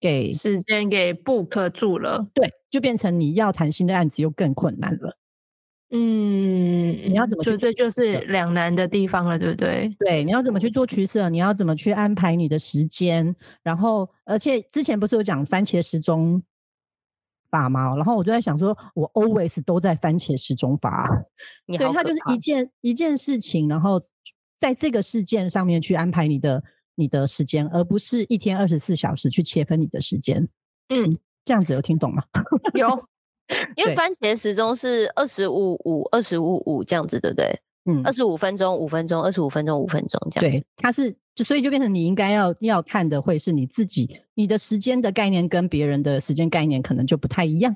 给
嗯时间给 book 住了。
对，就变成你要谈新的案子又更困难了。
嗯，
你要怎么
就
去
这就是
舍
两难的地方了，对不对？
对，你要怎么去做取舍？你要怎么去安排你的时间？然后，而且之前不是有讲番茄时钟法吗？然后我就在想说，我 always 都在番茄时钟 法，啊
你
对，
好
它
可
就是
怕
一件一件事情，然后在这个事件上面去安排你的你的时间，而不是一天二十四小时去切分你的时间。
嗯，
这样子有听懂 吗？
有，
因为
对
番茄时钟是二十五五二十五五这样子，对不对？
嗯
二，十五分钟五分钟，二十五分钟五分钟这样子。
对，它是就所以就变成你应该要要看的会是你自己，你的时间的概念跟别人的时间概念可能就不太一样，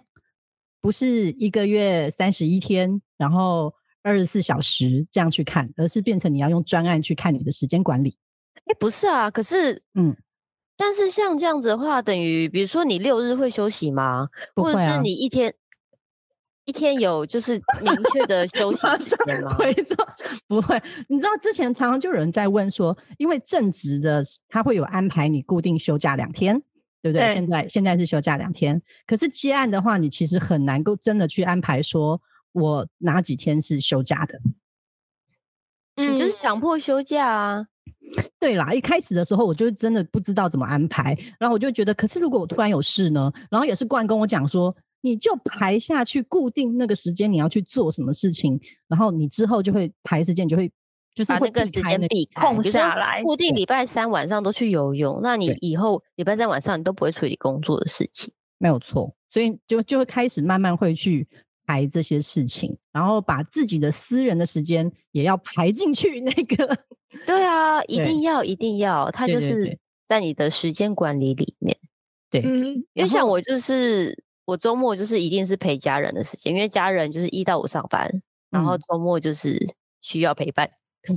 不是一个月三十一天，然后二十四小时这样去看，而是变成你要用专案去看你的时间管理。
哎，不是啊，可是
嗯，
但是像这样子的话，等于比如说你六日会休息吗？
不
或者
会
是
啊
你一天一天有就是明确的休 息
马
时
上
间吗？
回说不会，你知道之前常常就有人在问说，因为正职的他会有安排你固定休假两天，对不对？
对
现在现在是休假两天，可是接案的话，你其实很难够真的去安排说我哪几天是休假的。
嗯，
你就是强迫休假啊。
对啦，一开始的时候我就真的不知道怎么安排，然后我就觉得，可是如果我突然有事呢，然后也是冠跟我讲说，你就排下去固定那个时间你要去做什么事情，然后你之后就会排时间，你就会就是
把
会
那个
避
时
开
间
那个
避开，
空
比如说
下来
固定
对
礼拜三晚上都去游泳，那你
对
以后礼拜三晚上你都不会处理工作的事情。
没有错，所以就就会开始慢慢会去排这些事情，然后把自己的私人的时间也要排进去那个。
对啊，一
对
定要一定要，它
对
就
对
是
对
在你的时间管理里面。
嗯，
因为
然
像
后
我就是我周末就是一定是陪家人的时间，因为家人就是一到五上班，然后
嗯
周末就是需要陪伴。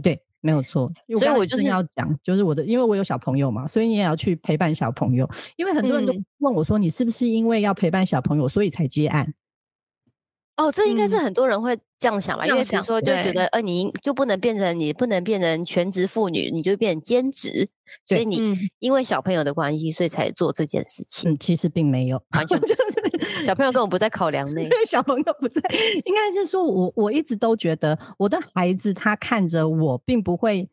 对，没有错，
所以
刚
我
才
就
正
是
要讲，就是我的，因为我有小朋友嘛，所以你也要去陪伴小朋友。因为很多人都
嗯
问我说，你是不是因为要陪伴小朋友，所以才接案？
哦，这应该是
嗯
很多人会这样想吧？
这
因为
样
比如
想
说就觉
对
得，呃，你应就不能变成你不能变成全职妇女，你就变成兼职，所
对
以你
嗯，
因为小朋友的关系，所以才做这件事情。
嗯，其实并没有，
完 全不
就是 是
小朋友根本不在考量内
因为小朋友不在，应该是说我我一直都觉得我的孩子他看着我，并不会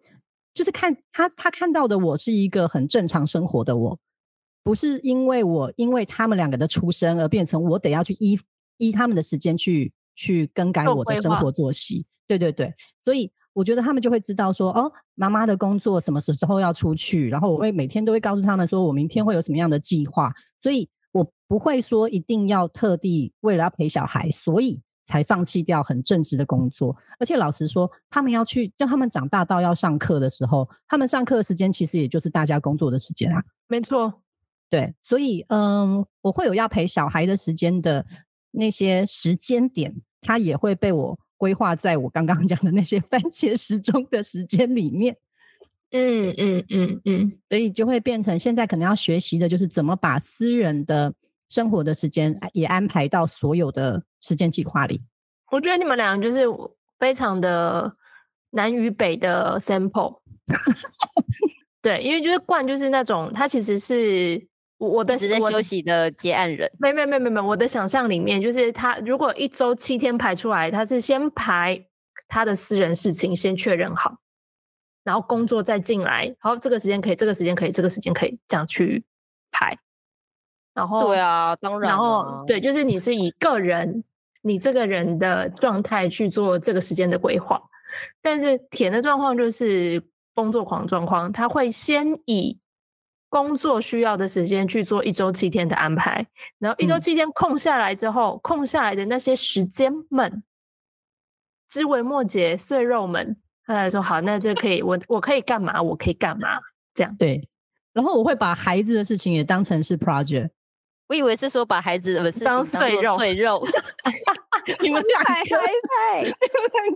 就是看他他看到的我是一个很正常生活的我，不是因为我因为他们两个的出生而变成我得要去依依他们的时间去去更改
做
我的
规
生
划
活作息。对对对，所以我觉得他们就会知道说，哦，妈妈的工作什么时候要出去，然后我会每天都会告诉他们说，我明天会有什么样的计划，所以我不会说一定要特地为了要陪小孩，所以才放弃掉很正职的工作。而且老实说，他们要去，叫他们长大到要上课的时候，他们上课的时间其实也就是大家工作的时间啊。
没错，
对，所以嗯，我会有要陪小孩的时间的那些时间点，它也会被我规划在我刚刚讲的那些 番茄时钟的时间里面，
嗯嗯嗯嗯，
所以就会变成现在可能要学习的就是怎么把私人的生活的时间也安排到所有的时间计划里。
我觉得你们俩就是非常的南与北的 sample。对，因为就是冠就是那种，他其实是我我的
只在
我
休息的接案人。
没没没没没，我的想象里面就是他如果一周七天排出来，他是先排他的私人事情先确认好，然后工作再进来，然后这个时间可以，这个时间可以，这个时间可以这样去排，然后
对，啊，当然、
哦然后，对，就是你是以个人你这个人的状态去做这个时间的规划，但是甜的状况就是工作狂状况，他会先以工作需要的时间去做一周七天的安排，然后一周
嗯
七天空下来之后，空下来的那些时间们，枝微末节碎肉们，他来说好，那这可以，我我可以干嘛？我可以干嘛？
对，然后我会把孩子的事情也当成是 project。
我以为是说把孩子的事情
当
当
碎
做
肉
碎肉，
你 们两个
派，
两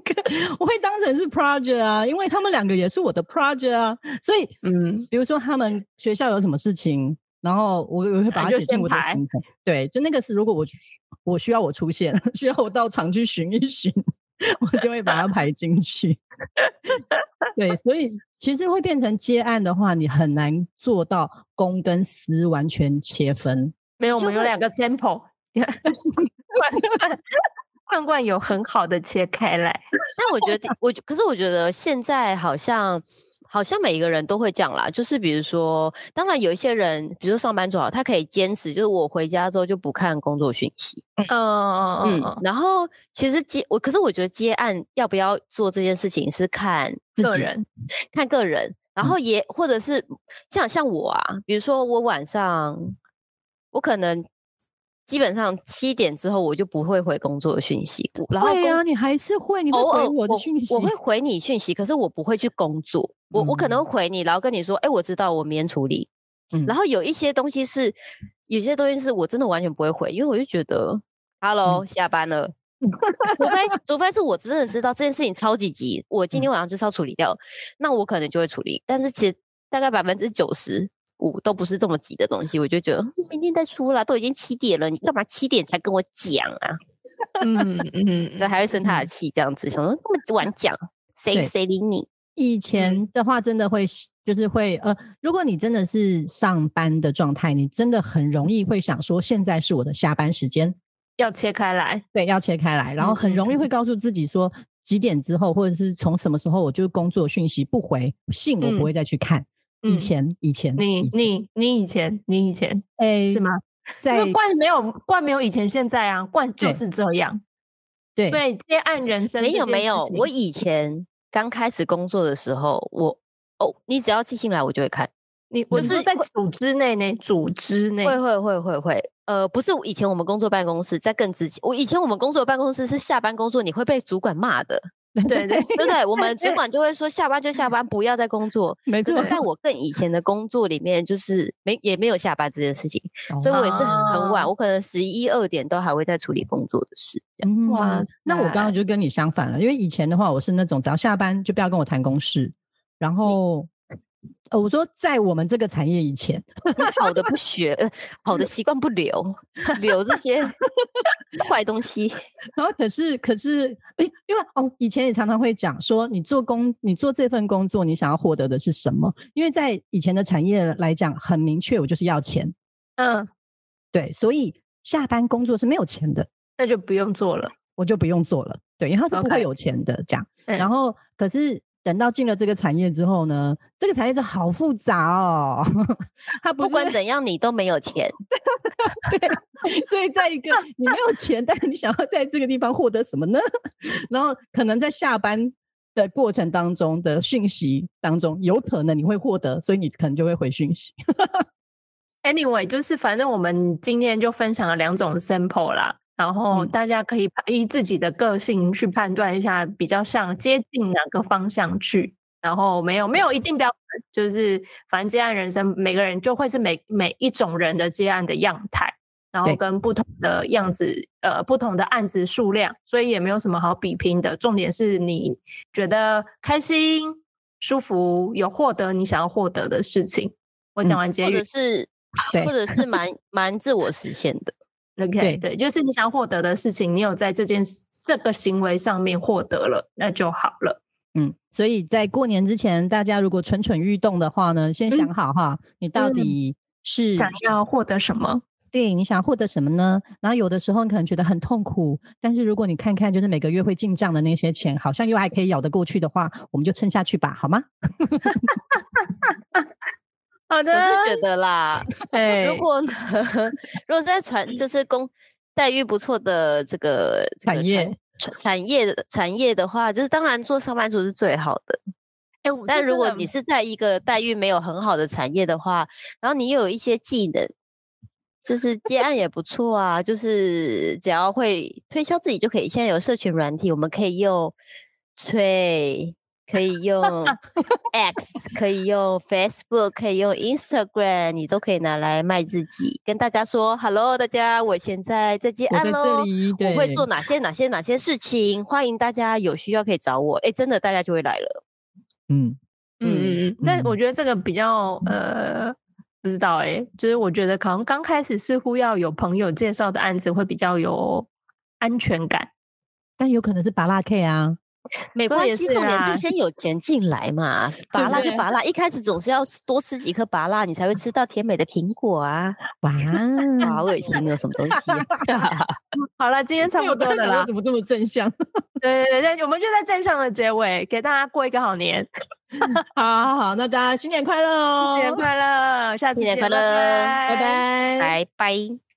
个，我会当成是 project 啊，因为他们两个也是我的 project 啊，所以
嗯，
比如说他们学校有什么事情，然后我我会把
啊
它
就
写进
先
我的
排
行程。对，就那个是如果我去我需要我出现， 需要我到场去巡一巡， 我就会把它排进去。对，所以其实会变成接案的话，你很难做到公跟私完全切分。
没有，我
就
们有
会
两个 sample。罐罐罐有很好的切开来，
但我觉得，我觉可是我觉得现在好像好像每一个人都会这样啦，就是比如说，当然有一些人，比如说上班族好，他可以坚持，就是我回家之后就不看工作讯息，
嗯
嗯，然后其实接我，可是我觉得接案要不要做这件事情是看
自
个
己
人，
看个人，然
嗯
后也或者是像像我啊，比如说我晚上，我可能基本上七点之后我就不会回工作的讯息，我然后
对
工
呀、啊你还是会，你会
偶
回
尔
我的讯息。
我会回你讯息，可是我不会去工作，我、我可能
嗯
会回你，然后跟你说，哎、我知道，我明天处理。
嗯
然后有一些东西是，有些东西是我真的完全不会回，因为我就觉得，Hello，、下
嗯
班了。除非除非是我真的知道这件事情超级急，我今天
嗯
晚上就是要处理掉，那我可能就会处理。但是其实大概百分之九十五都不是这么急的东西，我就觉得嗯明天再出啦，都已经七点了，你干嘛七点才跟我讲啊？
嗯 嗯
所以还会生他的气，这样子想说那么晚讲，谁
对
谁理你？
以前的话，真的会喜就是会呃，如果你真的是上班的状态，你真的很容易会想说，现在是我的下班时间，
要切开来，
对，要切开
嗯
来，然后很容易会告诉自己说几点之后，或者是从什么时候，我就工作讯息不回，信我不会再去看。以
嗯
前，以前，
你
以前
你你以前你以前
哎，
是吗？因
在
为冠没有冠没有以前现在啊，冠就
对
是这样，
对
所以接案人生
没
这
有
件
没
事
有，我
情
以前刚开始工作的时候，我哦，你只要寄信来我就会看，
你我
就是是
在
会
组织内呢，组织内
会会会会会。呃，不是以前我们工作办公室，在更之前，我以前我们工作办公室是下班工作，你会被主管骂的，
对对，
对不对？我们主
对
管就会说下班就下班，不要再工作。
没
可
错
是，在我更以前的工作里面，就是没也没有下班这件事情，
哦
所以我也是很很晚，
哦
我可能十一二点都还会在处理工作的事。这样
嗯
哇
那我刚
塞
刚就跟你相反了，因为以前的话，我是那种只要下班就不要跟我谈公事，然后，呃，我说在我们这个产业以前，
好的不学，呃好的习惯不留，留这 些坏东西。
然后可是可是，诶因为哦，以前也常常会讲说，你做工，你做这份工作，你想要获得的是什么？因为在以前的产业来讲，很明确，我就是要钱，
嗯，
对，所以下班工作是没有钱的，
那就不用做了。
我就不用做了，对，因为它是不
OK
会有钱的这样。
嗯
然后可是等到进了这个产业之后呢，这个产业是好复杂哦， 它不
不管
是
怎样，你都没有钱。
所以在一个你没有钱，但是你想要在这个地方获得什么呢？ 然后可能在下班的过程当中的讯息当中，有可能你会获得，所以你可能就会回讯息。
Anyway，就是反正我们今天就分享了两种 sample 啦，然后
嗯
大家可以判依自己的个性去判断一下，比较像接近哪个方向去。然后没有没有一定标准，就是反正接案人生，每个人就会是每每一种人的接案的样态，然后
对
跟不同的样子，呃，不同的案子数量，所以也没有什么好比拼的。重点是你觉得开心、舒服，有获得你想要获得的事情。我讲
嗯
完结
或
语
者，是，
对
或者是蛮蛮自我实现的。
对
OK，对，就是你想获得的事情，你有在这件事这个行为上面获得了，那就好了。
嗯，所以在过年之前，大家如果蠢蠢欲动的话呢，先
嗯
想好哈，你到
嗯
底是
想要获得什么？
对，你想获得什么呢？然后有的时候你可能觉得很痛苦，但是如果你看看就是每个月会进账的那些钱，好像又还可以咬得过去的话，我们就撑下去吧，好吗？
好
我
的，
嗯
是觉得啦，
哎
如果呢如果在传就是工待遇不错的这个这
产
个
业
产产业的产业的话，就是当然做上班族是最好的。
哎，我
但
这
如
真
果
的
你是在一个待遇没有很好的产业的话，然后你又有一些技能，就是接案也不错啊，就是只要会推销自己就可以。现在有社群软体，我们可以用吹，可 以用 X，可以用 Facebook，可以用 Instagram，你都可以拿来卖自己，跟大家说 “Hello，大家，我现在在接
我
案
在
喽
这。”里，
我会做
对
哪些哪些哪些事情？欢迎大家有需要可以找我。哎，真的大家就会来了。
嗯，
嗯嗯嗯，那我
嗯
觉得这个比较呃，不知道哎、就是我觉得可能刚开始似乎要有朋友介绍的案子会比较有安全感。
但有可能是拔蜡 K 啊，
没
所以
关
也
系，
是
重点
啦
是先有钱进来嘛，拔
不
辣就
对
拔辣，一开始总是要吃多吃几颗拔辣，你才会吃到甜美的苹果 啊！
哇，哦
好恶心，哦有什么东西啊、
好了，今天差
没
不
有
多
办
了
法
啦。
怎么这么正向？
对对对，那我们就在正向的结尾，给大家过一个好年，
好好好，那大家新年快乐
新年
哦，
快乐，下次
新年
见
快乐
拜拜。
拜拜。